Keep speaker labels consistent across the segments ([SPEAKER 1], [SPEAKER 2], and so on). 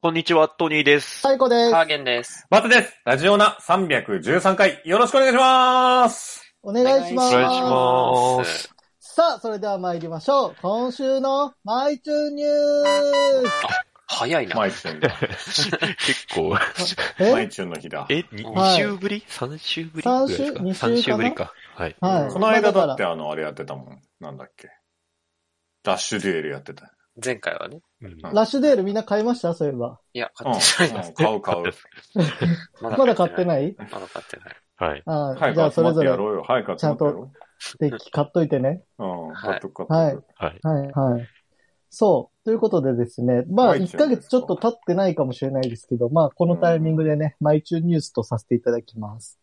[SPEAKER 1] こんにちは、トニーです。
[SPEAKER 2] 最高です
[SPEAKER 3] ハ。ーゲンです。
[SPEAKER 4] またです。ラジオナ313回、よろしくお願いします。
[SPEAKER 2] お願いしま
[SPEAKER 1] お
[SPEAKER 2] す。
[SPEAKER 1] 願いしま
[SPEAKER 3] お願いしますす。
[SPEAKER 2] さあ、それでは参りましょう。今週のマイチューニュース
[SPEAKER 3] 早いな。
[SPEAKER 4] マイチュンだ。
[SPEAKER 1] 結構、
[SPEAKER 4] マ
[SPEAKER 2] え
[SPEAKER 4] イチュンの日だ。
[SPEAKER 1] え、に
[SPEAKER 2] は
[SPEAKER 1] 2
[SPEAKER 2] い
[SPEAKER 1] 週ぶり ?3 週ぶり
[SPEAKER 2] 三
[SPEAKER 1] ぐ
[SPEAKER 2] 週
[SPEAKER 1] らいですか
[SPEAKER 2] 二
[SPEAKER 1] ?3
[SPEAKER 2] 週
[SPEAKER 1] 週
[SPEAKER 2] かな
[SPEAKER 1] ぶりか。はい。
[SPEAKER 2] はい
[SPEAKER 4] こ
[SPEAKER 2] ま
[SPEAKER 4] の間
[SPEAKER 2] あ
[SPEAKER 4] だ
[SPEAKER 2] だ
[SPEAKER 4] っ
[SPEAKER 2] か
[SPEAKER 4] てあの、あれやってたもん。なんだっけ。ダッシュデュエルやってた。
[SPEAKER 3] 前回はね。
[SPEAKER 1] うん
[SPEAKER 2] ラッシュデールみんな買いましたそういえば。
[SPEAKER 3] いや、
[SPEAKER 4] うん。
[SPEAKER 3] 買
[SPEAKER 4] う
[SPEAKER 3] ってないです。
[SPEAKER 4] ん買う買う。
[SPEAKER 2] まだ買って
[SPEAKER 3] い。
[SPEAKER 2] ない
[SPEAKER 3] まだ買ってない。
[SPEAKER 1] はい。
[SPEAKER 2] あ
[SPEAKER 4] 早
[SPEAKER 2] あじゃあ
[SPEAKER 4] く集
[SPEAKER 2] そ
[SPEAKER 4] ま
[SPEAKER 2] れ
[SPEAKER 4] っ
[SPEAKER 2] ぞ
[SPEAKER 4] て
[SPEAKER 2] れ
[SPEAKER 4] やろうよ。早く集まってやろ
[SPEAKER 2] ステッキ買っといてね。
[SPEAKER 4] う。うん。買っとく
[SPEAKER 2] は
[SPEAKER 4] 買
[SPEAKER 2] い
[SPEAKER 4] っとく。
[SPEAKER 1] はい。
[SPEAKER 2] はい、はい。そう。ということでですね。まあ、
[SPEAKER 4] マイチ
[SPEAKER 2] 1
[SPEAKER 4] ュー
[SPEAKER 2] ヶ
[SPEAKER 4] ニュース
[SPEAKER 2] 月ちょっと経ってないかもしれないですけど、まあ、このタイミングでね、マイチューニュースとさせていただきます。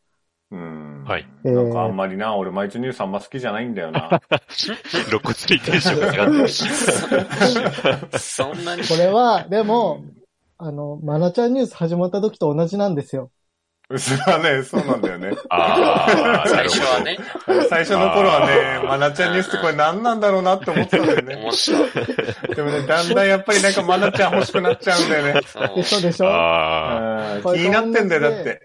[SPEAKER 4] うん。
[SPEAKER 1] はい。
[SPEAKER 4] なんかあんまりな、俺マイチュンニュースあんま好きじゃないんだよな。
[SPEAKER 1] 露骨にテンションが上がって
[SPEAKER 3] そんなに。
[SPEAKER 2] これは、でも、あの、マナちゃんニュース始まった時と同じなんですよ。
[SPEAKER 4] うすはね、そうなんだよね。
[SPEAKER 1] あー、な
[SPEAKER 3] 最
[SPEAKER 1] るほ
[SPEAKER 3] 初
[SPEAKER 1] ど
[SPEAKER 3] は ね、
[SPEAKER 4] 最初の頃は
[SPEAKER 1] あ
[SPEAKER 4] ね
[SPEAKER 1] ー、
[SPEAKER 4] マナちゃんニュースってこれ何なんだろうなって思ってたんだよね
[SPEAKER 3] 面。白い。
[SPEAKER 4] でもね、だんだんやっぱりなんかマナちゃん欲しくなっちゃうんだよね。
[SPEAKER 3] そう
[SPEAKER 2] でしょでしょ
[SPEAKER 1] あ
[SPEAKER 4] うん気になってんだよ、だって。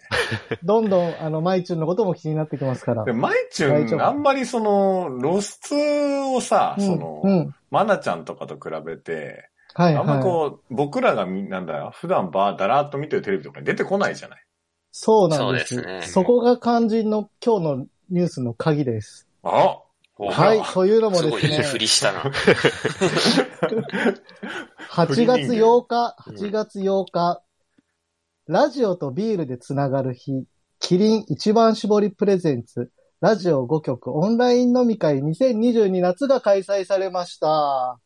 [SPEAKER 2] どんどん、あの、マイチュンのことも気になってきますから
[SPEAKER 4] で、。マイチ
[SPEAKER 2] 大丈
[SPEAKER 4] ュン、
[SPEAKER 2] 夫
[SPEAKER 4] あんまりその、露出をさ、
[SPEAKER 2] うん
[SPEAKER 4] その、
[SPEAKER 2] うん。
[SPEAKER 4] マナちゃんとかと比べて、
[SPEAKER 2] はい、
[SPEAKER 4] あんま
[SPEAKER 2] はい。
[SPEAKER 4] こう、僕らがみ、なんだよ、普段ばーだらーっと見てるテレビとかに出てこないじゃない。
[SPEAKER 2] そうなんです。
[SPEAKER 3] そ
[SPEAKER 2] そう
[SPEAKER 3] ですね
[SPEAKER 2] こが肝心の今日のニュースの鍵です。
[SPEAKER 4] あ
[SPEAKER 3] ほら
[SPEAKER 2] はい、というのも
[SPEAKER 3] す
[SPEAKER 2] で
[SPEAKER 3] ごい
[SPEAKER 2] す
[SPEAKER 3] いい
[SPEAKER 2] ね、
[SPEAKER 3] 振りしたな。
[SPEAKER 2] 8月8日、8月8日、ラジオとビールでつながる日、キリン一番絞りプレゼンツ、ラジオ5局オンライン飲み会2022夏が開催されました。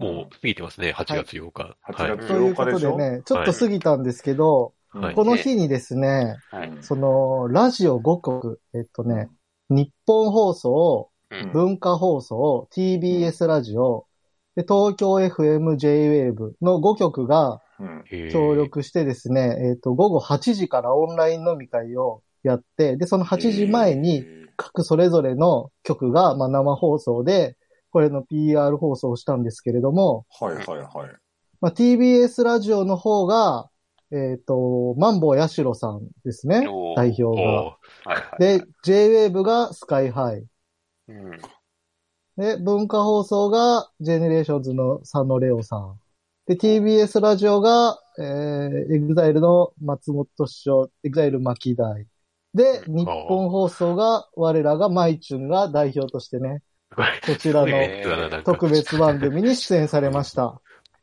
[SPEAKER 1] ー、もう過ぎてますね、8月8日。
[SPEAKER 4] 8
[SPEAKER 1] はい
[SPEAKER 4] 月
[SPEAKER 2] という
[SPEAKER 4] 8
[SPEAKER 2] こ
[SPEAKER 4] 日で
[SPEAKER 2] と
[SPEAKER 4] し
[SPEAKER 2] で
[SPEAKER 4] ょ
[SPEAKER 2] ね、ちょっと過ぎたんですけど、
[SPEAKER 1] はい
[SPEAKER 2] この日にですね、
[SPEAKER 3] はい。
[SPEAKER 2] その、ラジオ5局、えっとね、日本放送、
[SPEAKER 3] うん
[SPEAKER 2] 文化放送、TBS ラジオ、で東京 FM、JWAVE の5局が
[SPEAKER 4] うん。
[SPEAKER 1] へー
[SPEAKER 2] 協。力してですね、えっと、午後8時からオンライン飲み会をやって、で、その8時前に、各それぞれの局が、まあ、生放送で、これの PR 放送をしたんですけれども、
[SPEAKER 4] はいはいはい。
[SPEAKER 2] まあ、TBS ラジオの方が、えっ、と、マンボウヤシロさんですね
[SPEAKER 3] おー、
[SPEAKER 2] 代
[SPEAKER 1] お
[SPEAKER 2] 表が。
[SPEAKER 1] ー
[SPEAKER 3] はいはい。
[SPEAKER 2] で、JWAVE がスカイハイ。
[SPEAKER 3] うん
[SPEAKER 2] で、文化放送がジェネレーションズの佐野レオさん。で、TBS ラジオが、えー、EXILE の松本師匠、EXILE 巻大。で、日本放送が、我らがマイチュンが代表としてね、
[SPEAKER 1] これ
[SPEAKER 2] こちら
[SPEAKER 1] すごい
[SPEAKER 2] の
[SPEAKER 1] やつだななんか
[SPEAKER 2] 特別番組に出演されました。
[SPEAKER 4] うん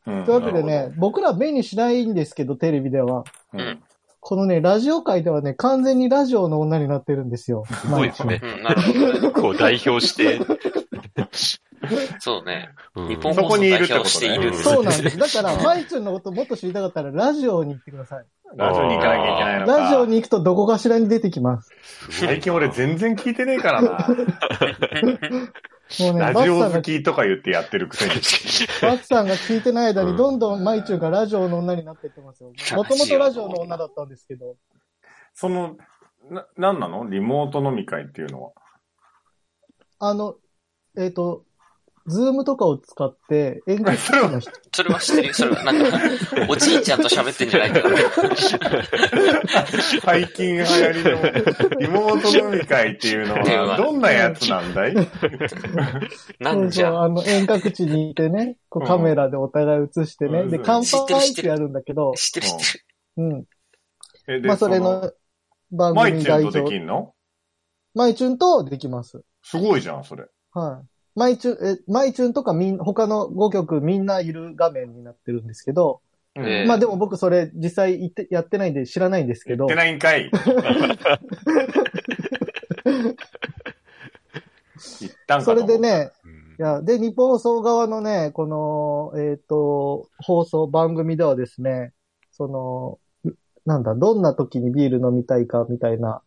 [SPEAKER 2] というわけで。
[SPEAKER 4] なる
[SPEAKER 2] ね、僕ら目にしないんですけど、テレビでは。
[SPEAKER 4] ほどうん
[SPEAKER 2] このね、ラジオ界ではね、完全にラジオの女になってるんですよ。
[SPEAKER 1] すごいですね
[SPEAKER 3] う。ん、なるほどね。
[SPEAKER 1] こう代表して、
[SPEAKER 3] そうね。
[SPEAKER 1] うん
[SPEAKER 3] 日本
[SPEAKER 4] そ
[SPEAKER 3] 放
[SPEAKER 4] こ
[SPEAKER 3] 送
[SPEAKER 4] にいる
[SPEAKER 3] 代
[SPEAKER 4] っ
[SPEAKER 3] 表
[SPEAKER 4] てことね
[SPEAKER 3] している。
[SPEAKER 2] そうなんです。だから、
[SPEAKER 4] うん
[SPEAKER 2] マイチュンのこともっと知りたかったら、ラジオに行ってください。
[SPEAKER 4] ラジオに行かなきゃいけないのか。
[SPEAKER 2] ラジオに行くとどこかしらに出てきます。
[SPEAKER 1] すごいな
[SPEAKER 4] 最近俺全然聞いてねえから な。
[SPEAKER 2] もうね、バ
[SPEAKER 4] ラ
[SPEAKER 2] ツ
[SPEAKER 4] ジ
[SPEAKER 2] さん
[SPEAKER 4] オ
[SPEAKER 2] が
[SPEAKER 4] 好、きとか言ってやってるくせに。
[SPEAKER 2] バツさんが聞いてない間
[SPEAKER 1] うん
[SPEAKER 2] に、どんどんマイチュンがラジオの女になってってます よ。もともとラジオの女だったんですけど、
[SPEAKER 4] その、な、なんなのリモート飲み会っていうのは。
[SPEAKER 2] あの、えっ、と、ズームとかを使って、演劇機器の 人、
[SPEAKER 3] それは知ってるよ。それは、なんか、おじいちゃんと喋ってんじゃないから。
[SPEAKER 4] 最近流行りの リモート飲み会っていうのは、どんなやつなんだい
[SPEAKER 3] なんじゃ。
[SPEAKER 2] あの、遠隔地にいてね、こ
[SPEAKER 4] う
[SPEAKER 2] うんカメラでお互い映してね、
[SPEAKER 4] うん
[SPEAKER 2] で、
[SPEAKER 4] うん
[SPEAKER 2] 乾
[SPEAKER 3] 知ってる
[SPEAKER 2] 杯っ
[SPEAKER 3] 知って
[SPEAKER 2] て
[SPEAKER 3] る
[SPEAKER 2] やるんだけど、
[SPEAKER 3] 知ってる知って
[SPEAKER 2] う
[SPEAKER 3] る。
[SPEAKER 2] ん。
[SPEAKER 4] えで
[SPEAKER 2] まあ、それの番
[SPEAKER 4] マイ
[SPEAKER 2] 組
[SPEAKER 4] チュ
[SPEAKER 2] 代
[SPEAKER 4] ンとで
[SPEAKER 2] 表、
[SPEAKER 4] きんの
[SPEAKER 2] マイチュンとできます。
[SPEAKER 4] すごいじゃん、それ。
[SPEAKER 2] はい。マイチュン、え、マイチュンとかみん、他の5曲みんないる画面になってるんですけど、
[SPEAKER 4] うん
[SPEAKER 3] ええ
[SPEAKER 2] まあでも僕それ実際言って、やってないんで知らないんですけ
[SPEAKER 4] 言
[SPEAKER 2] ど
[SPEAKER 4] って、ないんか い。言ったんか
[SPEAKER 2] それで。ね、
[SPEAKER 1] うん
[SPEAKER 2] いや、で、日本放送側のね、この、えっ、と、放送番組ではですね、その、なんだ、どんな時にビール飲みたいかみたいな、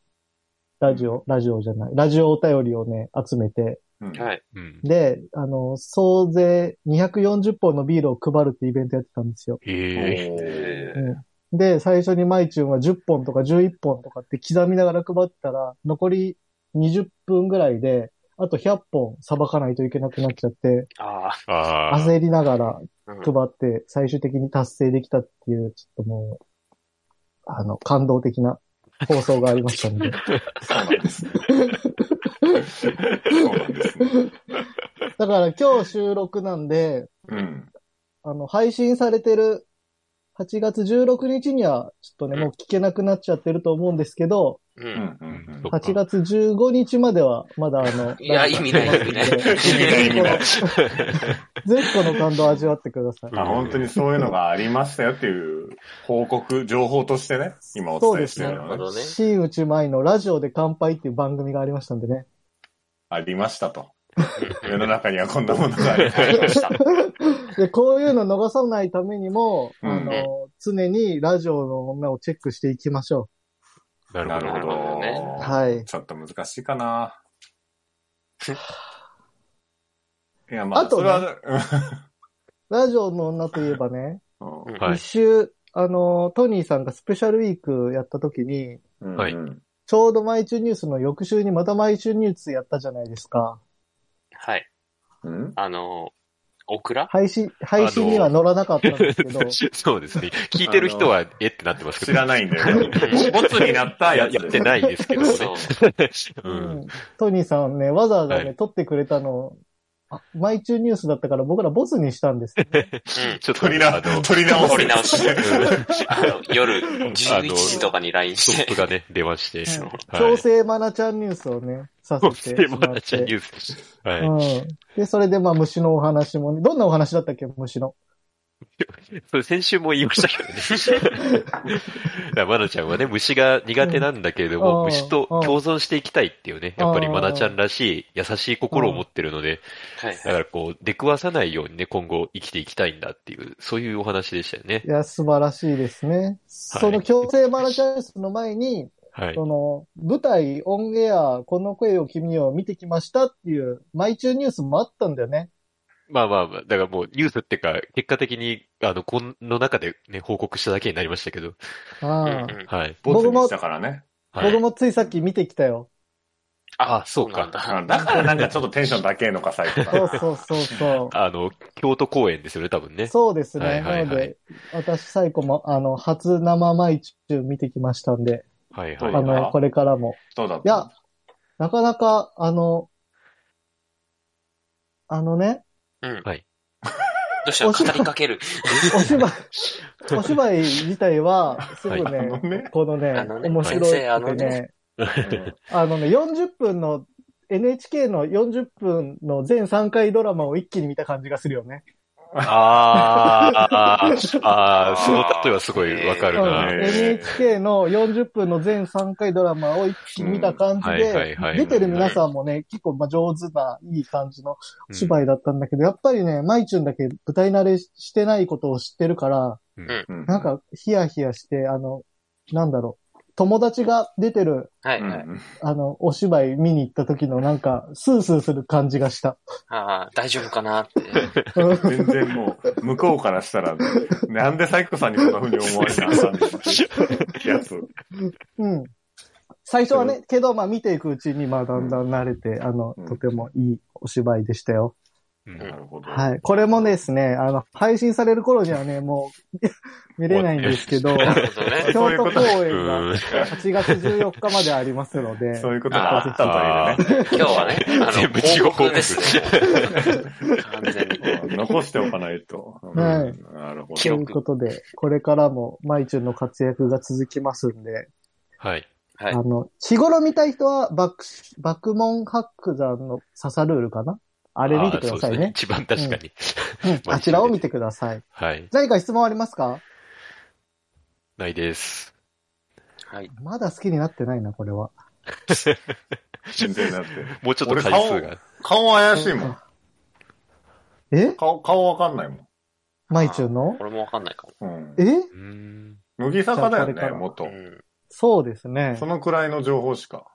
[SPEAKER 2] ラジオ、ラジオじゃない、ラジオお便りをね、集めて、
[SPEAKER 4] うん
[SPEAKER 3] はい。
[SPEAKER 1] うん
[SPEAKER 2] で、あの、総勢240本のビールを配るってイベントやってたんですよ。
[SPEAKER 1] へえ。
[SPEAKER 4] おー
[SPEAKER 3] え
[SPEAKER 2] で、最初にマイチューンは10本とか11本とかって刻みながら配ったら、残り20分ぐらいで、あと100本さばかないといけなくなっちゃって、
[SPEAKER 3] あ
[SPEAKER 1] ああ。
[SPEAKER 2] 焦りながら
[SPEAKER 3] あ、うん
[SPEAKER 2] 配って、最終的に達成できたっていう、ちょっともう、あの、感動的な放送がありましたので。
[SPEAKER 4] そうな んですね。そうなんですね。
[SPEAKER 2] だから今日収録なんで、
[SPEAKER 4] うん。
[SPEAKER 2] あの、配信されてる8月16日には、ちょっとね、もう聞けなくなっちゃってると思うんですけど、
[SPEAKER 3] う。
[SPEAKER 4] うんんうん
[SPEAKER 1] そっか
[SPEAKER 2] 8月15日までは、まだあの、
[SPEAKER 3] いや、意味ない、意味ない。
[SPEAKER 4] 味ない
[SPEAKER 2] 絶個の感動を味わってください。
[SPEAKER 4] あ本当にそういうのがありましたよっていう報告、情報としてね、今お伝えしてる
[SPEAKER 3] なるほ
[SPEAKER 4] のね。
[SPEAKER 3] どね。
[SPEAKER 2] 新内舞のラジオで乾杯っていう番組がありましたんでね。
[SPEAKER 4] ありましたと。世の中にはこんなものがありま
[SPEAKER 3] あ
[SPEAKER 4] す。
[SPEAKER 3] りました。
[SPEAKER 2] で、こういうの逃さないためにも、
[SPEAKER 4] うん
[SPEAKER 2] あの、常にラジオの女をチェックしていきましょ
[SPEAKER 1] な
[SPEAKER 4] なる
[SPEAKER 1] るほ
[SPEAKER 4] ほ
[SPEAKER 1] ど。
[SPEAKER 4] ど
[SPEAKER 3] ね。
[SPEAKER 2] う。はい。
[SPEAKER 4] ちょっと難しいかな。 いや、
[SPEAKER 2] あとね
[SPEAKER 4] は、
[SPEAKER 2] ラジオの女といえばね、
[SPEAKER 4] うん
[SPEAKER 3] うん
[SPEAKER 1] はい
[SPEAKER 2] 一週、あの、トニーさんがスペシャルウィークやった時に、
[SPEAKER 4] うん
[SPEAKER 1] はい
[SPEAKER 4] うん
[SPEAKER 2] ちょうど毎週ニュースの翌週にまた毎週ニュースやったじゃないですか。
[SPEAKER 3] はい。
[SPEAKER 4] うん
[SPEAKER 3] あの、オクラ
[SPEAKER 2] 配信、配信には乗らなかったんですけど、
[SPEAKER 1] そうですね。聞いてる人は、えってなってますけど。
[SPEAKER 4] 知らないんだよ。 ボツになった
[SPEAKER 1] や
[SPEAKER 4] や
[SPEAKER 1] や
[SPEAKER 4] つ
[SPEAKER 1] ってないですけどね
[SPEAKER 3] そう。
[SPEAKER 1] う
[SPEAKER 2] うん
[SPEAKER 1] ん。
[SPEAKER 2] トニーさんね、わざわざね、
[SPEAKER 1] はい
[SPEAKER 2] 撮ってくれたのを、あ毎週ニュースだったから僕らボスにしたんですよ ね、
[SPEAKER 3] う
[SPEAKER 1] ちょっと、
[SPEAKER 4] 取りな
[SPEAKER 1] あの、
[SPEAKER 4] 取り直
[SPEAKER 3] ん。
[SPEAKER 4] す
[SPEAKER 3] 掘り直し。
[SPEAKER 1] うん
[SPEAKER 3] あの夜11時とかに LINE
[SPEAKER 1] ス
[SPEAKER 3] し
[SPEAKER 1] トップ
[SPEAKER 3] て。
[SPEAKER 1] がね、出まして。
[SPEAKER 2] そう
[SPEAKER 1] はい
[SPEAKER 2] 調整マナちゃんニュースをね、さ
[SPEAKER 1] そう
[SPEAKER 2] せ
[SPEAKER 1] で
[SPEAKER 2] て
[SPEAKER 1] すね
[SPEAKER 2] も
[SPEAKER 1] ま
[SPEAKER 2] らっ
[SPEAKER 1] あじゃあニ
[SPEAKER 2] て。
[SPEAKER 1] ュース。はい。
[SPEAKER 2] うん。で、それでまあ虫のお話もね、どんなお話だったっけ虫の。
[SPEAKER 1] それ先週も言いましたけどね。 だからマナちゃんはね、虫が苦手なんだけれど
[SPEAKER 2] うん
[SPEAKER 1] も、
[SPEAKER 2] あー
[SPEAKER 1] 虫と共存していきたいっていうね、やっぱり
[SPEAKER 2] あー
[SPEAKER 1] マナちゃんらしい優しい心を持ってるので、
[SPEAKER 3] はい
[SPEAKER 1] だからこう、出くわさないようにね、今後生きていきたいんだっていう、そういうお話でしたよね
[SPEAKER 2] い。や、素晴らしいですね。その強制マナちゃんニュースの前に、
[SPEAKER 1] はい。
[SPEAKER 2] その、舞台、オンエア、この声を君を見てきましたっていう、毎週ニュースもあったんだよね。
[SPEAKER 1] まあまあまあ、だからもうニュースってか、結果的に、あの、この中でね、報告しただけになりましたけど、
[SPEAKER 3] う
[SPEAKER 2] あ
[SPEAKER 3] ん
[SPEAKER 2] あ
[SPEAKER 3] うん
[SPEAKER 1] はい。
[SPEAKER 4] ボツにしたからね。
[SPEAKER 1] はい
[SPEAKER 2] 僕もついさっき見てきた よ。
[SPEAKER 1] あ、そう
[SPEAKER 3] なん
[SPEAKER 1] か。
[SPEAKER 3] だ。
[SPEAKER 4] うんだからなんかちょっとテンション高えのか、最後か
[SPEAKER 2] そ
[SPEAKER 4] ら
[SPEAKER 2] うそうそうそ
[SPEAKER 1] あの、京都公演ですよね、多分
[SPEAKER 2] う。
[SPEAKER 1] ね。
[SPEAKER 2] そうですね。
[SPEAKER 1] はいはいはい
[SPEAKER 2] なので、私、最後も、あの、初生毎中見てきましたんで、
[SPEAKER 1] はい
[SPEAKER 4] そ
[SPEAKER 1] は
[SPEAKER 4] う
[SPEAKER 1] い。
[SPEAKER 4] だ
[SPEAKER 2] あの、これからも。
[SPEAKER 4] そうだっ
[SPEAKER 2] いや
[SPEAKER 4] た。、
[SPEAKER 2] なかなか、あの、あのね、
[SPEAKER 3] うん。
[SPEAKER 1] はい。
[SPEAKER 3] どうした語りかける。
[SPEAKER 2] お芝 居、お芝居自体は、すごいね、
[SPEAKER 4] あのね。
[SPEAKER 2] このね、
[SPEAKER 3] あのね
[SPEAKER 2] 面白い
[SPEAKER 3] 先生あ
[SPEAKER 2] く
[SPEAKER 3] の
[SPEAKER 2] てね
[SPEAKER 3] ね、
[SPEAKER 2] あのね、40分の、NHK の40分の全3回ドラマを一気に見た感じがするよね。
[SPEAKER 1] あーあー、あーその例えはすごいわか
[SPEAKER 2] う
[SPEAKER 1] る
[SPEAKER 2] ん、
[SPEAKER 1] な。
[SPEAKER 4] ねえ
[SPEAKER 2] NHK の40分の全3回ドラマを一気に見た感じ
[SPEAKER 1] うんはいはい
[SPEAKER 2] で
[SPEAKER 1] は、い
[SPEAKER 2] 出てる皆さんもね、結構まあ上手な、いい感じの
[SPEAKER 1] うん
[SPEAKER 2] 芝居だったんだけど、やっぱりね、マイチュンだけ舞台慣れしてないことを知ってるから、
[SPEAKER 4] うん
[SPEAKER 2] なん、かヒヤヒヤして、あの、なんだろう、友達が出てる、
[SPEAKER 3] はい。
[SPEAKER 4] う
[SPEAKER 3] はい
[SPEAKER 4] ん
[SPEAKER 2] あの、お芝居見に行った時のなんか、スースーする感じ がした。
[SPEAKER 3] ああ、大丈夫かな って。
[SPEAKER 2] うん
[SPEAKER 4] 全然もう、向こうからしたら、なんでサイコさんにこんな風に思われなあかんのってやつ。
[SPEAKER 2] うん。最初はね、けど、まあ見ていくうちに、まあだんだん慣れて、あの
[SPEAKER 4] うん、
[SPEAKER 2] とてもいいお芝居でしたよ。
[SPEAKER 1] うん
[SPEAKER 4] なるほど。
[SPEAKER 2] はい。これもですね、あの、配信される頃にはね、もう、見 れないんですけど、
[SPEAKER 3] なるほど
[SPEAKER 2] 京
[SPEAKER 3] ね。
[SPEAKER 2] 都公
[SPEAKER 1] う
[SPEAKER 2] 演が
[SPEAKER 1] ん。
[SPEAKER 2] 8月14日までありますので、
[SPEAKER 4] そういうことがあったというね。
[SPEAKER 3] 今日はね、あの、
[SPEAKER 1] 全部地獄
[SPEAKER 3] 報告ですね。完全に。
[SPEAKER 4] うん残しておかないと。うん
[SPEAKER 2] はい
[SPEAKER 4] なる
[SPEAKER 2] と
[SPEAKER 4] ほ
[SPEAKER 3] 記
[SPEAKER 4] ど。
[SPEAKER 2] い
[SPEAKER 3] 録
[SPEAKER 2] うことで、これからも、マイチュンの活躍が続きますんで、
[SPEAKER 1] はい。
[SPEAKER 3] はい
[SPEAKER 2] あの、日頃見たい人は、爆、爆門ハックザンのササルールかなあれ見てくださ
[SPEAKER 1] あー
[SPEAKER 2] いね。
[SPEAKER 1] そうです一番確かに。
[SPEAKER 2] うんあちらを見てください。
[SPEAKER 1] はい。
[SPEAKER 2] 何か質問ありますか
[SPEAKER 1] ないです。
[SPEAKER 3] はい。
[SPEAKER 2] まだ好きになってないな、これは。
[SPEAKER 4] 全然だって。
[SPEAKER 1] もうちょっと回数が。
[SPEAKER 4] 顔怪しいもん。
[SPEAKER 2] え
[SPEAKER 4] 顔、顔わかんないもん。
[SPEAKER 2] マイチュンの
[SPEAKER 3] これもわかんないかも。
[SPEAKER 4] うん。
[SPEAKER 2] え
[SPEAKER 1] うーん。
[SPEAKER 4] 乃木坂だよ
[SPEAKER 2] じゃあこれ
[SPEAKER 4] ね
[SPEAKER 2] か、ら
[SPEAKER 3] う
[SPEAKER 4] 元。
[SPEAKER 3] ん。
[SPEAKER 2] そうですね
[SPEAKER 4] そ。のくらいの情報しか。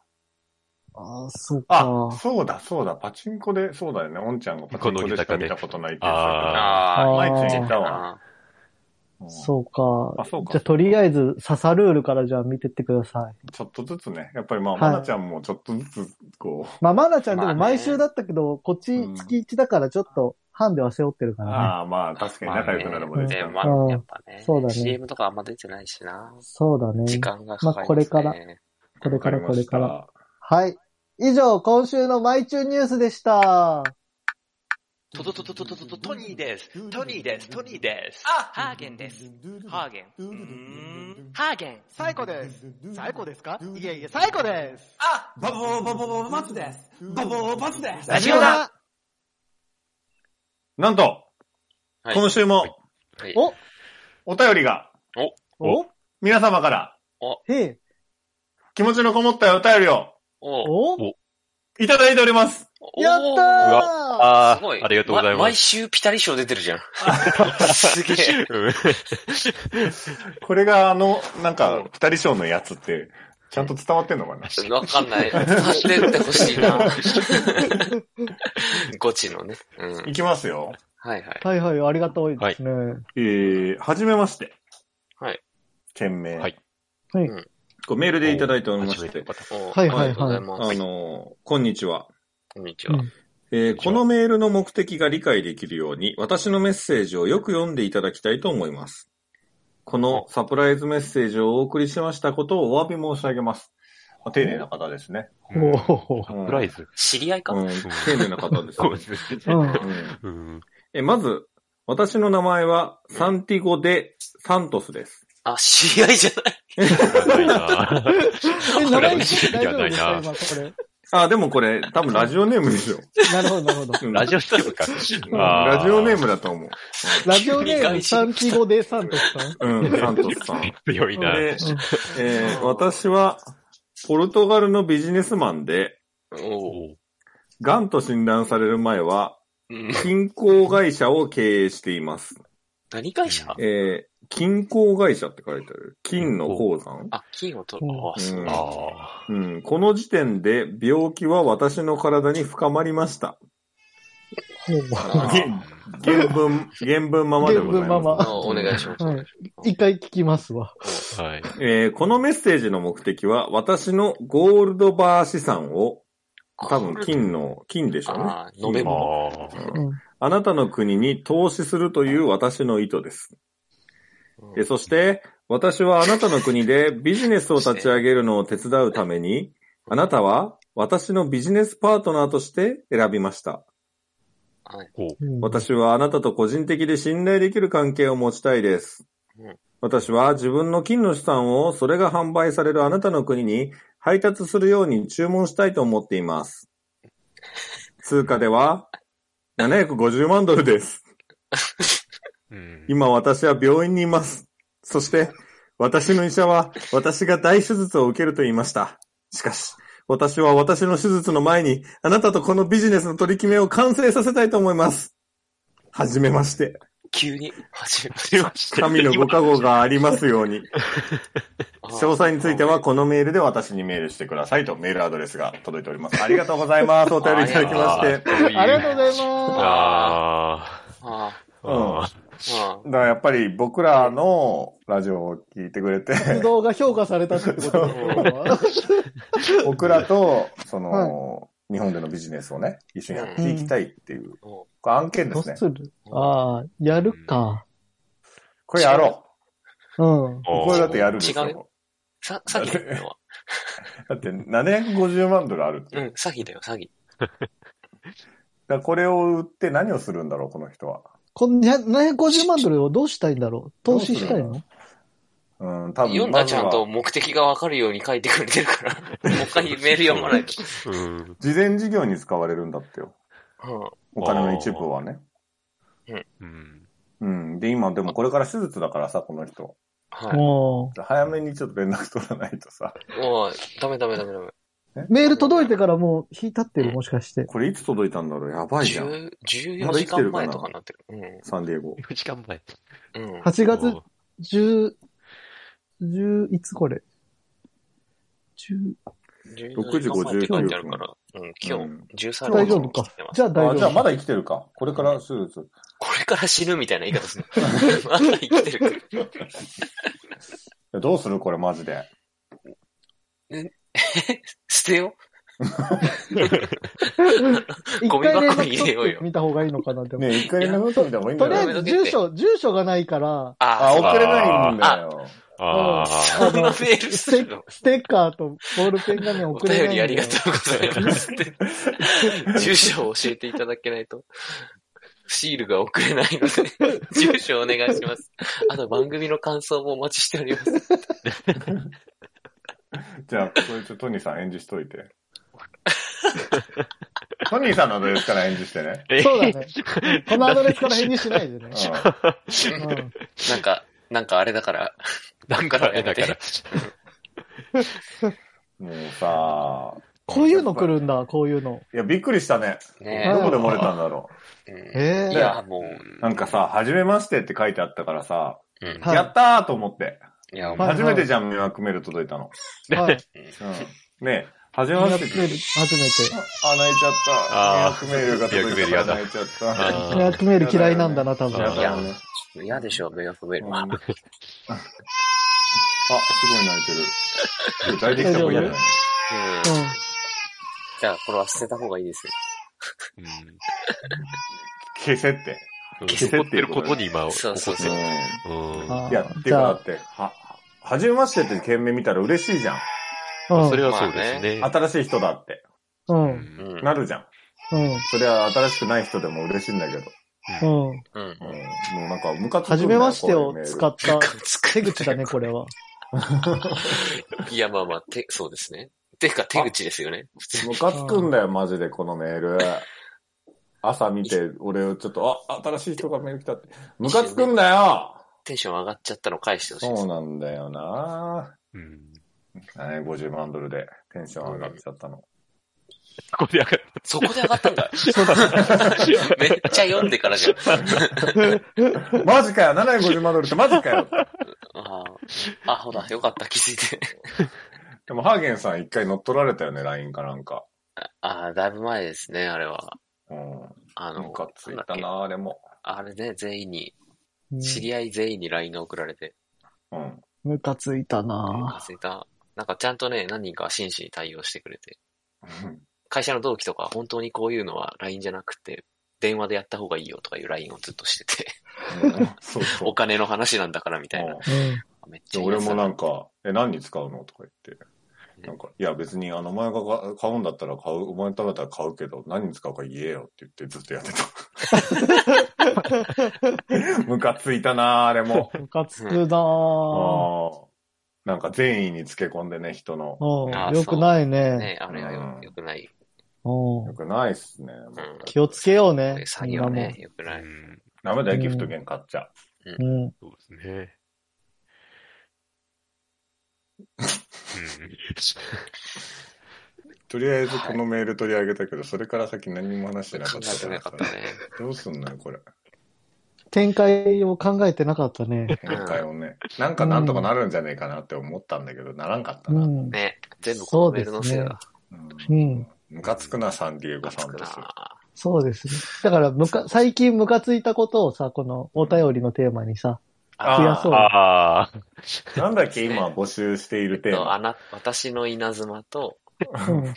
[SPEAKER 2] ああ、そう
[SPEAKER 4] あ
[SPEAKER 2] か、。
[SPEAKER 4] そうだ、そうだ、パチンコで、そうだよね、おんちゃんがパチンコでしか見たことないって言ってた
[SPEAKER 1] あ
[SPEAKER 4] か
[SPEAKER 3] あ
[SPEAKER 4] ら。
[SPEAKER 2] ー
[SPEAKER 4] マイチ
[SPEAKER 3] あ、
[SPEAKER 4] ュンいたわ。
[SPEAKER 3] あ
[SPEAKER 4] うん
[SPEAKER 2] そうか。
[SPEAKER 4] あそうか
[SPEAKER 2] じゃあ、とりあえず、ササルールからじゃあ見てってください。
[SPEAKER 4] ちょっとずつね。やっぱりまあ、
[SPEAKER 2] はい
[SPEAKER 4] まなちゃんもちょっとずつ、こ
[SPEAKER 2] まあ、まなちゃんで
[SPEAKER 3] まあ
[SPEAKER 2] も
[SPEAKER 3] ね
[SPEAKER 2] 毎週だったけど、こっち
[SPEAKER 4] うん
[SPEAKER 2] 月1だからちょっと、ハンデは背負ってるか
[SPEAKER 4] う、
[SPEAKER 2] らね。
[SPEAKER 4] ああ、まあ、確かに仲良くなるまで時間
[SPEAKER 3] まあ
[SPEAKER 2] うん
[SPEAKER 3] ね、やっぱね。
[SPEAKER 2] そうだね
[SPEAKER 3] CM とかあんま出てないしな。
[SPEAKER 2] そうだね。
[SPEAKER 3] 時間がかかりますね。
[SPEAKER 2] まあこれからこれ
[SPEAKER 4] か
[SPEAKER 2] か
[SPEAKER 4] からり
[SPEAKER 2] こ
[SPEAKER 4] ま
[SPEAKER 2] れ
[SPEAKER 4] し
[SPEAKER 2] か
[SPEAKER 4] た
[SPEAKER 2] ら。はい。以上、今週のマイチューニュースでした。
[SPEAKER 1] トトトトトトトトトニーです。トニーです。トニーです。
[SPEAKER 5] あ、ハーゲンです。ハーゲン。うーんハーゲン。
[SPEAKER 6] 最高です。最高ですかいえいえ、最高です。
[SPEAKER 5] あ、バボーバボーバツです。バボーバツです。
[SPEAKER 3] ラジオだ
[SPEAKER 4] なんと、
[SPEAKER 3] はい
[SPEAKER 4] 今週も、
[SPEAKER 3] はい
[SPEAKER 2] お
[SPEAKER 4] お便りが、
[SPEAKER 2] お
[SPEAKER 4] 皆様から、
[SPEAKER 2] へえ。
[SPEAKER 4] 気持ちのこもったお便りを、
[SPEAKER 3] お
[SPEAKER 2] お
[SPEAKER 1] お
[SPEAKER 4] いただいております。
[SPEAKER 3] お
[SPEAKER 2] やった
[SPEAKER 1] う
[SPEAKER 2] ー
[SPEAKER 1] ああ
[SPEAKER 3] すごい。、
[SPEAKER 1] ありがとうござい
[SPEAKER 3] ま
[SPEAKER 1] ま
[SPEAKER 3] 毎
[SPEAKER 1] す。
[SPEAKER 3] 週ピタリ賞出てるじゃん。すげえ。
[SPEAKER 1] うん
[SPEAKER 4] これが、あの、なん
[SPEAKER 3] う
[SPEAKER 4] か
[SPEAKER 3] ん、
[SPEAKER 4] 二人賞のやつって、ちゃんと伝わってんのかな
[SPEAKER 3] わかんない。走ってってほしいな。ゴチのね。うん。
[SPEAKER 4] いきますよ。
[SPEAKER 3] はいはい。
[SPEAKER 2] はいはい、ありがたいですね。
[SPEAKER 4] えー、はじめまして。
[SPEAKER 3] はい。
[SPEAKER 4] 件名。
[SPEAKER 1] はい
[SPEAKER 2] はい
[SPEAKER 3] うん
[SPEAKER 4] こうメールでいただいておりま
[SPEAKER 1] 初
[SPEAKER 4] し
[SPEAKER 1] めて
[SPEAKER 4] て
[SPEAKER 1] の。方。
[SPEAKER 3] お
[SPEAKER 2] はいはいはい
[SPEAKER 3] ありがとうござい
[SPEAKER 4] あ
[SPEAKER 3] ます。
[SPEAKER 4] のー、こんにちは。
[SPEAKER 3] こんにち
[SPEAKER 2] う
[SPEAKER 3] は。
[SPEAKER 2] ん
[SPEAKER 4] え
[SPEAKER 1] こん
[SPEAKER 4] ー
[SPEAKER 1] にち
[SPEAKER 4] こ
[SPEAKER 1] は
[SPEAKER 4] のメールの目的が理解できるように、私のメッセージをよく読んでいただきたいと思います。このサプライズメッセージをお送りしましたことをお詫び申し上げます。まあ丁寧な方ですね。
[SPEAKER 1] うん
[SPEAKER 2] おお。
[SPEAKER 1] サプライズ。
[SPEAKER 3] 知り合いか
[SPEAKER 4] うん、丁寧な方で す、
[SPEAKER 1] そ
[SPEAKER 4] ね
[SPEAKER 1] うですね。
[SPEAKER 2] うん。
[SPEAKER 4] うん
[SPEAKER 1] うん
[SPEAKER 4] え。まず、私の名前はサンティゴ・デ・サントスです。
[SPEAKER 3] あ、知り合いじゃない。
[SPEAKER 1] ないなぁ
[SPEAKER 2] え、名前聞いて大
[SPEAKER 1] い
[SPEAKER 2] 丈
[SPEAKER 1] や
[SPEAKER 2] 夫
[SPEAKER 1] ない
[SPEAKER 2] です
[SPEAKER 1] な
[SPEAKER 2] か今これ。
[SPEAKER 4] あ、でもこれ、多分ラジオネームでしょ。
[SPEAKER 2] なるほど、なるほど。
[SPEAKER 4] うん
[SPEAKER 1] ラジオネームか。
[SPEAKER 4] ラジオネー
[SPEAKER 1] ム
[SPEAKER 4] ムだと思う。
[SPEAKER 2] ラジオネーム3期後でサントスさん。
[SPEAKER 4] うん、サントスさん。
[SPEAKER 1] 強いなぁ
[SPEAKER 4] で、えー私は、ポルトガルのビジネスマンで、
[SPEAKER 3] お
[SPEAKER 1] おう
[SPEAKER 4] ガンと診断される前は、
[SPEAKER 3] うん
[SPEAKER 4] 金工会社を経営しています。
[SPEAKER 3] 何会社
[SPEAKER 4] えー、金工会社って書いてある。金の鉱山
[SPEAKER 3] あ、金を取る。
[SPEAKER 2] うん
[SPEAKER 3] あ、すごい。
[SPEAKER 1] あ
[SPEAKER 4] うん。この時点で病気は私の体に深まりました。
[SPEAKER 2] ほ
[SPEAKER 4] 原文、原文ままでござい
[SPEAKER 2] 原文
[SPEAKER 4] ます。
[SPEAKER 2] まま
[SPEAKER 3] あお願いします。
[SPEAKER 2] ううん一回聞きますわ。
[SPEAKER 1] あ。はい。
[SPEAKER 4] えーこのメッセージの目的は、私のゴールドバー資産を、多分金の、金でしょうね。
[SPEAKER 3] あー飲め
[SPEAKER 1] あ
[SPEAKER 3] 物
[SPEAKER 1] ー
[SPEAKER 2] うん。
[SPEAKER 4] あなたの国に投資するという私の意図です。えそして、私はあなたの国でビジネスを立ち上げるのを手伝うために、あなたは私のビジネスパートナーとして選びました。
[SPEAKER 3] はい。
[SPEAKER 2] うん、
[SPEAKER 4] 私はあなたと個人的で信頼できる関係を持ちたいです
[SPEAKER 3] うん。
[SPEAKER 4] 私は自分の金の資産をそれが販売されるあなたの国に配達するように注文したいと思っています。通貨では750万ドルです。
[SPEAKER 1] うん
[SPEAKER 4] 今私は病院にいます。そして、私の医者は私が大手術を受けると言いました。しかし、私は私の手術の前に、あなたとこのビジネスの取り決めを完成させたいと思います。はじめまして。
[SPEAKER 3] 急に始めま
[SPEAKER 1] 出ました
[SPEAKER 4] 神のご加護がありますよう に。
[SPEAKER 3] す。
[SPEAKER 4] 詳細については、このメールで私にメールしてくださいとメールアドレスが届いております。ありがとうございます。お便りいただきまして。
[SPEAKER 2] ありがとうござい
[SPEAKER 1] あ
[SPEAKER 2] ま
[SPEAKER 1] あ
[SPEAKER 3] あ
[SPEAKER 1] ー。あ
[SPEAKER 3] あ、
[SPEAKER 4] だからやっぱり僕らのラジオを聞いてくれて、
[SPEAKER 2] す。活動が評価されたってことですよ
[SPEAKER 4] 僕らと、その、
[SPEAKER 2] は
[SPEAKER 4] 日本でのビジネスをね、一緒にやっていきたいっていう、
[SPEAKER 3] うん
[SPEAKER 4] これ案件で
[SPEAKER 2] どう
[SPEAKER 4] すね。
[SPEAKER 2] するああ、やるか。
[SPEAKER 4] これやろ
[SPEAKER 2] うん。
[SPEAKER 4] う。これだってやるでし
[SPEAKER 3] 違うよ
[SPEAKER 4] ょ。
[SPEAKER 3] さ、詐欺だよ。
[SPEAKER 4] だって750万ドルあるって。
[SPEAKER 3] うん、詐欺だよ、詐欺。
[SPEAKER 4] だからこれを売って何をするんだろう、この人は。
[SPEAKER 2] この200 750万ドルをどうしたいんだろう投資したいの
[SPEAKER 4] うん、多分
[SPEAKER 3] 読んだ
[SPEAKER 4] ま
[SPEAKER 3] ら
[SPEAKER 4] ず
[SPEAKER 3] ちゃん
[SPEAKER 4] は
[SPEAKER 3] と目的がわかるように書いてくれてるから、もう一回メール読まないと。
[SPEAKER 1] うん。
[SPEAKER 4] 事前事業に使われるんだってよ。
[SPEAKER 3] う
[SPEAKER 4] お金の一部はね。
[SPEAKER 1] うん。
[SPEAKER 4] うん。で、今、でもこれから手術だからさ、この人。
[SPEAKER 3] ん。はい。
[SPEAKER 2] も
[SPEAKER 4] 早めにちょっと連絡取らないとさ。
[SPEAKER 3] もう、ダメダメダメダメ。
[SPEAKER 2] う。メール届いてからもう引いたってる、もしかして。
[SPEAKER 4] これいつ届いたんだろうやばいじゃん。
[SPEAKER 3] 10 14
[SPEAKER 4] まだ
[SPEAKER 3] 時
[SPEAKER 4] 生きて
[SPEAKER 3] 間
[SPEAKER 4] るかな
[SPEAKER 3] 前とかになってる。
[SPEAKER 4] サンディエゴ。
[SPEAKER 1] 4時間前。
[SPEAKER 3] うん。うん。
[SPEAKER 2] 8月
[SPEAKER 1] おう
[SPEAKER 2] 10、10、いつこれ ?10、
[SPEAKER 4] 6時59
[SPEAKER 3] って書いてあるから、うん、今
[SPEAKER 4] うん
[SPEAKER 3] 日、13日。
[SPEAKER 2] 大丈夫か。じゃあ大
[SPEAKER 4] あ、じ
[SPEAKER 2] 丈
[SPEAKER 4] ゃあま
[SPEAKER 2] 夫。
[SPEAKER 4] だ生きてるか。これから手術。
[SPEAKER 3] これから死ぬみたいな言い方する の。まだ生きてるから。
[SPEAKER 4] やどうするこれマジで。
[SPEAKER 3] 捨てよ
[SPEAKER 2] 一
[SPEAKER 3] ゴミ
[SPEAKER 2] 回連
[SPEAKER 3] 箱
[SPEAKER 2] 絡
[SPEAKER 3] に入れよう
[SPEAKER 2] 取
[SPEAKER 3] よ
[SPEAKER 2] って見た方がいいのかな、でも。
[SPEAKER 4] ね一回連絡取ってみた方がいいん
[SPEAKER 2] とり
[SPEAKER 4] だ
[SPEAKER 2] あ
[SPEAKER 4] よ。
[SPEAKER 2] えず、住所、住所がないから、
[SPEAKER 3] あ
[SPEAKER 4] あ、
[SPEAKER 3] あ、
[SPEAKER 1] う
[SPEAKER 4] 送れないんだよ。
[SPEAKER 1] ああ。
[SPEAKER 3] そんなメールするの。
[SPEAKER 2] ステッカーとボールペンがね、
[SPEAKER 3] お
[SPEAKER 2] 送れないんだ
[SPEAKER 3] 便り
[SPEAKER 2] よ
[SPEAKER 3] ありがとうございますって。住所を教えていただけないと。シールが送れないの で、住所お願いします。あと番組の感想もお待ちしております。
[SPEAKER 4] じゃあ、これちょっとトニーさん演じしといて。 トニーさんのアドレスから演じしてね。
[SPEAKER 1] え
[SPEAKER 2] そうだね。このアドレスから返事しないで ね。う
[SPEAKER 4] う
[SPEAKER 2] ん
[SPEAKER 3] なんか、なんかあれだから、
[SPEAKER 1] だから、え、だから。
[SPEAKER 4] んもうさ、
[SPEAKER 2] こういうの来るんだ、こういうの。
[SPEAKER 4] いや、びっくりしたね。
[SPEAKER 3] ね
[SPEAKER 4] どこで漏れたんだろ
[SPEAKER 2] え
[SPEAKER 3] えうんい
[SPEAKER 2] え。
[SPEAKER 3] や、も
[SPEAKER 4] う。
[SPEAKER 3] う、
[SPEAKER 4] なんかさ、はじめましてって書いてあったからさ、
[SPEAKER 3] うん
[SPEAKER 2] はい
[SPEAKER 4] やったーと思って。
[SPEAKER 3] いや、
[SPEAKER 2] はい
[SPEAKER 4] 初めてじゃん、迷惑メール届いたの。
[SPEAKER 2] はい。
[SPEAKER 4] うん。ねえ、はじめましてって
[SPEAKER 2] 初めて。初めて。
[SPEAKER 4] あ、泣いちゃっ
[SPEAKER 1] あ
[SPEAKER 4] た。迷惑
[SPEAKER 1] ー
[SPEAKER 4] メールが届い
[SPEAKER 1] 迷惑メー
[SPEAKER 4] たから
[SPEAKER 1] ルやだ
[SPEAKER 4] 泣いちゃった。
[SPEAKER 1] あ
[SPEAKER 2] ミラ
[SPEAKER 1] あ
[SPEAKER 2] クメール嫌いなんだな、多分。
[SPEAKER 4] や
[SPEAKER 1] あ
[SPEAKER 4] だよね。
[SPEAKER 3] 嫌でしょ、メガ フメール
[SPEAKER 4] うんあ、
[SPEAKER 3] は
[SPEAKER 4] す。ごい泣いてる。抱いてきた方がいいんじゃない
[SPEAKER 3] うんじゃあ、これは捨てた方がいいですよ。
[SPEAKER 1] うん
[SPEAKER 4] 消せって。
[SPEAKER 1] 残ってることに今、
[SPEAKER 3] そうそうそう
[SPEAKER 1] 怒って
[SPEAKER 4] い
[SPEAKER 1] るうん
[SPEAKER 2] あー
[SPEAKER 4] や、って
[SPEAKER 2] じ
[SPEAKER 4] か
[SPEAKER 2] ゃ
[SPEAKER 4] だ
[SPEAKER 2] あ
[SPEAKER 4] っ、て、は、はじめましてって件名見たら嬉しいじゃん。
[SPEAKER 2] うん
[SPEAKER 1] それはそうですね。
[SPEAKER 4] 新しい人だって。
[SPEAKER 2] う、
[SPEAKER 1] うんん
[SPEAKER 3] うん。
[SPEAKER 4] なるじゃん。
[SPEAKER 2] うん、
[SPEAKER 4] それは新しくない人でも嬉しいんだけど。
[SPEAKER 2] うん。
[SPEAKER 3] うん。
[SPEAKER 4] うん。もうなんか、ムカつくん
[SPEAKER 2] は
[SPEAKER 4] だ
[SPEAKER 2] じ
[SPEAKER 4] よ
[SPEAKER 2] めましてを使
[SPEAKER 4] こ
[SPEAKER 2] った
[SPEAKER 3] 作
[SPEAKER 2] 手口だね、これは。
[SPEAKER 3] いや、まあまあ、て、そうですね。てか、手口ですよね。普
[SPEAKER 4] ういうメー
[SPEAKER 3] 通
[SPEAKER 4] ルムカつくんだよ、マジで、このメール。朝見て、俺をちょっと、あ、新しい人がメール来たって。ムカつくんだよ
[SPEAKER 3] テンション上がっちゃったの返してほしいです
[SPEAKER 4] そう。なんだよな
[SPEAKER 1] うん
[SPEAKER 4] ね50万ドルでテンション上がっちゃったの。
[SPEAKER 1] ここで上がる
[SPEAKER 3] そこで上がったんだ。めっちゃ読んでからじゃん。
[SPEAKER 4] マジかよ !750 万ドルってマジか よ
[SPEAKER 3] ああ、あほら、よかった、気づいて。
[SPEAKER 4] でも、ハーゲンさん一回乗っ取られたよね、LINE かなんか。
[SPEAKER 3] ああ、だいぶ前ですね、あれは。
[SPEAKER 4] うん。
[SPEAKER 3] あの、
[SPEAKER 4] ムカつい
[SPEAKER 3] なんだ
[SPEAKER 4] た
[SPEAKER 3] っけ
[SPEAKER 4] なあれも。
[SPEAKER 3] あれね、全員に、
[SPEAKER 2] うん
[SPEAKER 3] 知り合い全員に LINE が送られて、
[SPEAKER 4] うん。
[SPEAKER 2] ムカついたな
[SPEAKER 3] 忘れた。なんかちゃんとね、何人か真摯に対応してくれて。会社の同期とか、本当にこういうのは LINE じゃなくて、電話でやった方がいいよとかいう LINE をずっとしてて、
[SPEAKER 4] そうそう
[SPEAKER 3] お。金の話なんだからみたいな
[SPEAKER 4] うん。
[SPEAKER 2] うん。
[SPEAKER 3] めっち
[SPEAKER 4] で
[SPEAKER 3] ゃ
[SPEAKER 4] 俺もなん
[SPEAKER 3] か、
[SPEAKER 4] か、え、何に使うのとか言って。なんか、いや別に、あの、お前が買うんだったら買う、お前食べたら買うけど、何に使うか言えよって言ってずっとやって た。ムカついたなああれも。
[SPEAKER 2] ムカつくなぁ。
[SPEAKER 4] ああ。なんか善意につけ込んでね、人の。
[SPEAKER 3] あ
[SPEAKER 2] う
[SPEAKER 3] ー
[SPEAKER 2] ん。よくないね。
[SPEAKER 3] ね、あれはよよくない。
[SPEAKER 2] う
[SPEAKER 4] よ
[SPEAKER 2] ん。
[SPEAKER 4] くないっすね。
[SPEAKER 3] うん。
[SPEAKER 2] 気をつけようね
[SPEAKER 3] こういう作業ね、よくない。
[SPEAKER 1] うん
[SPEAKER 4] ダメだよ、ギフト券買っちゃ。
[SPEAKER 2] うん。
[SPEAKER 1] そうですね。
[SPEAKER 4] とりあえずこのメール取り上げたけど、それから先何も話してなか
[SPEAKER 3] 考
[SPEAKER 4] った
[SPEAKER 3] えて
[SPEAKER 4] か
[SPEAKER 3] な
[SPEAKER 4] ら
[SPEAKER 3] か
[SPEAKER 4] さ
[SPEAKER 3] っ。たね。
[SPEAKER 4] どうすんのよ、これ。
[SPEAKER 2] 展開を考えてなかった ね。
[SPEAKER 4] 今回をね。なんかなんとかなるんじゃねえかなって思ったんだけど、ならんかった
[SPEAKER 2] う
[SPEAKER 4] な。
[SPEAKER 2] ん。
[SPEAKER 3] ね、全部このメールのせいだ。
[SPEAKER 4] うん
[SPEAKER 2] うん。
[SPEAKER 4] ムカつくな、サンディエゴさん
[SPEAKER 3] 熱く
[SPEAKER 4] ですよ。
[SPEAKER 3] な
[SPEAKER 2] そうですね。だから、むか、最近ムカついたことをさ、このお便りのテーマにさ、
[SPEAKER 4] あ
[SPEAKER 2] 増やそう。
[SPEAKER 1] ああ。
[SPEAKER 4] なんだっけ、今募集している
[SPEAKER 3] えっ
[SPEAKER 4] テー
[SPEAKER 3] と、あ
[SPEAKER 4] マ。
[SPEAKER 3] な、私の稲妻と、
[SPEAKER 2] うん。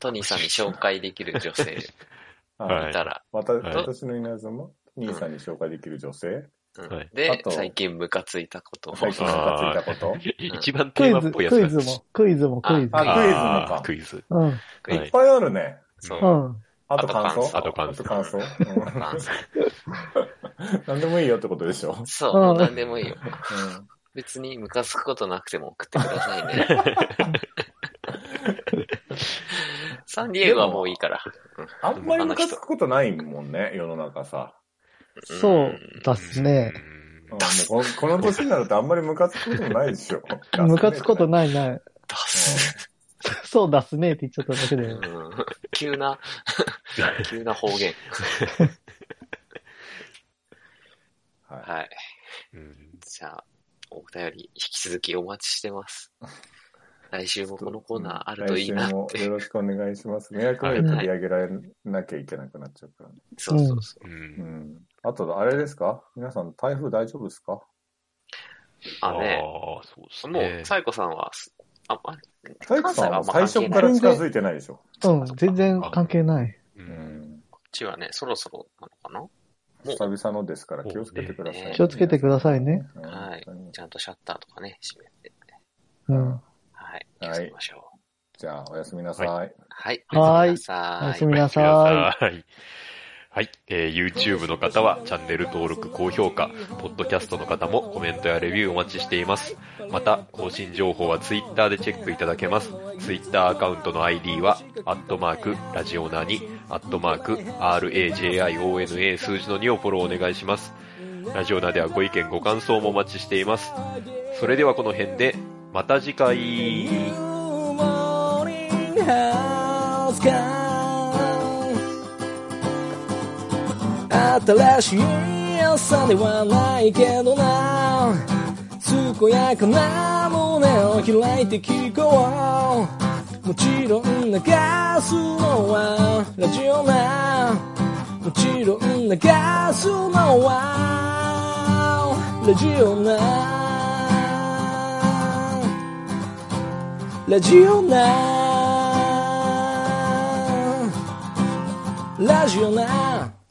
[SPEAKER 3] トニーさんに紹介できる女性い
[SPEAKER 1] はい
[SPEAKER 3] たら、
[SPEAKER 4] わた
[SPEAKER 1] はい
[SPEAKER 4] 私の稲妻兄さんに紹介できる女性
[SPEAKER 3] うん
[SPEAKER 1] はい
[SPEAKER 4] あ
[SPEAKER 3] で、
[SPEAKER 4] と
[SPEAKER 3] 最近ムカついたことを、
[SPEAKER 4] 最近ムカついたこと
[SPEAKER 1] 一番
[SPEAKER 2] ク
[SPEAKER 1] テ
[SPEAKER 2] イ
[SPEAKER 1] ーマ
[SPEAKER 2] ズ、
[SPEAKER 1] っぽいやつ
[SPEAKER 2] ク
[SPEAKER 1] だ
[SPEAKER 2] イズも、クイズも、クイズも。
[SPEAKER 4] あ
[SPEAKER 1] あー
[SPEAKER 4] ク
[SPEAKER 1] クイズ。
[SPEAKER 2] うん。
[SPEAKER 1] はい
[SPEAKER 4] いっぱいあるね。
[SPEAKER 3] そうう、
[SPEAKER 2] ん。
[SPEAKER 4] あと感想
[SPEAKER 1] あと感想
[SPEAKER 4] あと感想。
[SPEAKER 3] あ
[SPEAKER 4] うん何でもいいよってことでしょ。
[SPEAKER 3] そう、
[SPEAKER 2] うん
[SPEAKER 3] もう何でもいいよ。別にムカつくことなくても送ってくださいね。サンディエゴはもういいから。
[SPEAKER 4] あんまりムカつくことないもんね、世の中さ。
[SPEAKER 2] そうだっすね。
[SPEAKER 4] うんもうこのこの年になるとあんまりムカつくことないでしょ。
[SPEAKER 2] ムカつくこと
[SPEAKER 4] ない。
[SPEAKER 2] ないない。
[SPEAKER 3] 出す。
[SPEAKER 2] そうだっすねって言っちゃっただけだよ。
[SPEAKER 3] うん 急な、急な方言。
[SPEAKER 4] はい
[SPEAKER 3] はい。
[SPEAKER 1] うん
[SPEAKER 3] じゃあ、お便り、引き続きお待ちしてます。来週 もこのコーナーあると
[SPEAKER 4] 来
[SPEAKER 3] いい
[SPEAKER 4] 週
[SPEAKER 3] なっ
[SPEAKER 4] も
[SPEAKER 3] て。
[SPEAKER 4] よろしくお願いします。迷惑メール取り上げられなきゃいけなくなっちゃうからね。
[SPEAKER 3] そうそうそう。
[SPEAKER 1] うん。
[SPEAKER 4] うん。あと、あれですか皆さん、台風大丈夫ですか
[SPEAKER 3] あ、ね。
[SPEAKER 1] あーそうですね。
[SPEAKER 3] もう、サイコさんは、あ、あ
[SPEAKER 4] 大工さんは最初から近づいてないでしょ。
[SPEAKER 7] うん、全然関係ない。
[SPEAKER 1] う。
[SPEAKER 4] うんん。
[SPEAKER 3] こっちはね、そろそろなのかもう
[SPEAKER 4] 久々のですから気をつけてくだ
[SPEAKER 3] もう
[SPEAKER 4] さ
[SPEAKER 3] ね
[SPEAKER 4] い。
[SPEAKER 7] 気をつけてくださいね。
[SPEAKER 4] うん。
[SPEAKER 3] はい
[SPEAKER 4] 本当に
[SPEAKER 3] なちゃんとシャッターとかね、閉めて。
[SPEAKER 7] うん。
[SPEAKER 3] はい。気
[SPEAKER 4] はい
[SPEAKER 3] をつけましょう。
[SPEAKER 4] じゃあ、おやすみなさい
[SPEAKER 3] はい。
[SPEAKER 7] はい
[SPEAKER 3] おやすみなさ
[SPEAKER 7] おや
[SPEAKER 3] い
[SPEAKER 7] すみなさ
[SPEAKER 1] はい。はい。えー YouTube の方はチャンネル登録、高評価、Podcast の方もコメントやレビューお待ちしています。また、更新情報は Twitter でチェックいただけます。Twitter アカウントの ID は、アットマーク、ラジオナに、アットマーク、RAJIONA 数字の2をフォローお願いします。ラジオナではご意見、ご感想もお待ちしています。それではこの辺で、また次回。
[SPEAKER 2] Morning House Call 新しい朝ではないけどな健やかな胸を開いて聞こうもちろん流すのはラジオなもちろん流すのはラジオなラジオなラジオな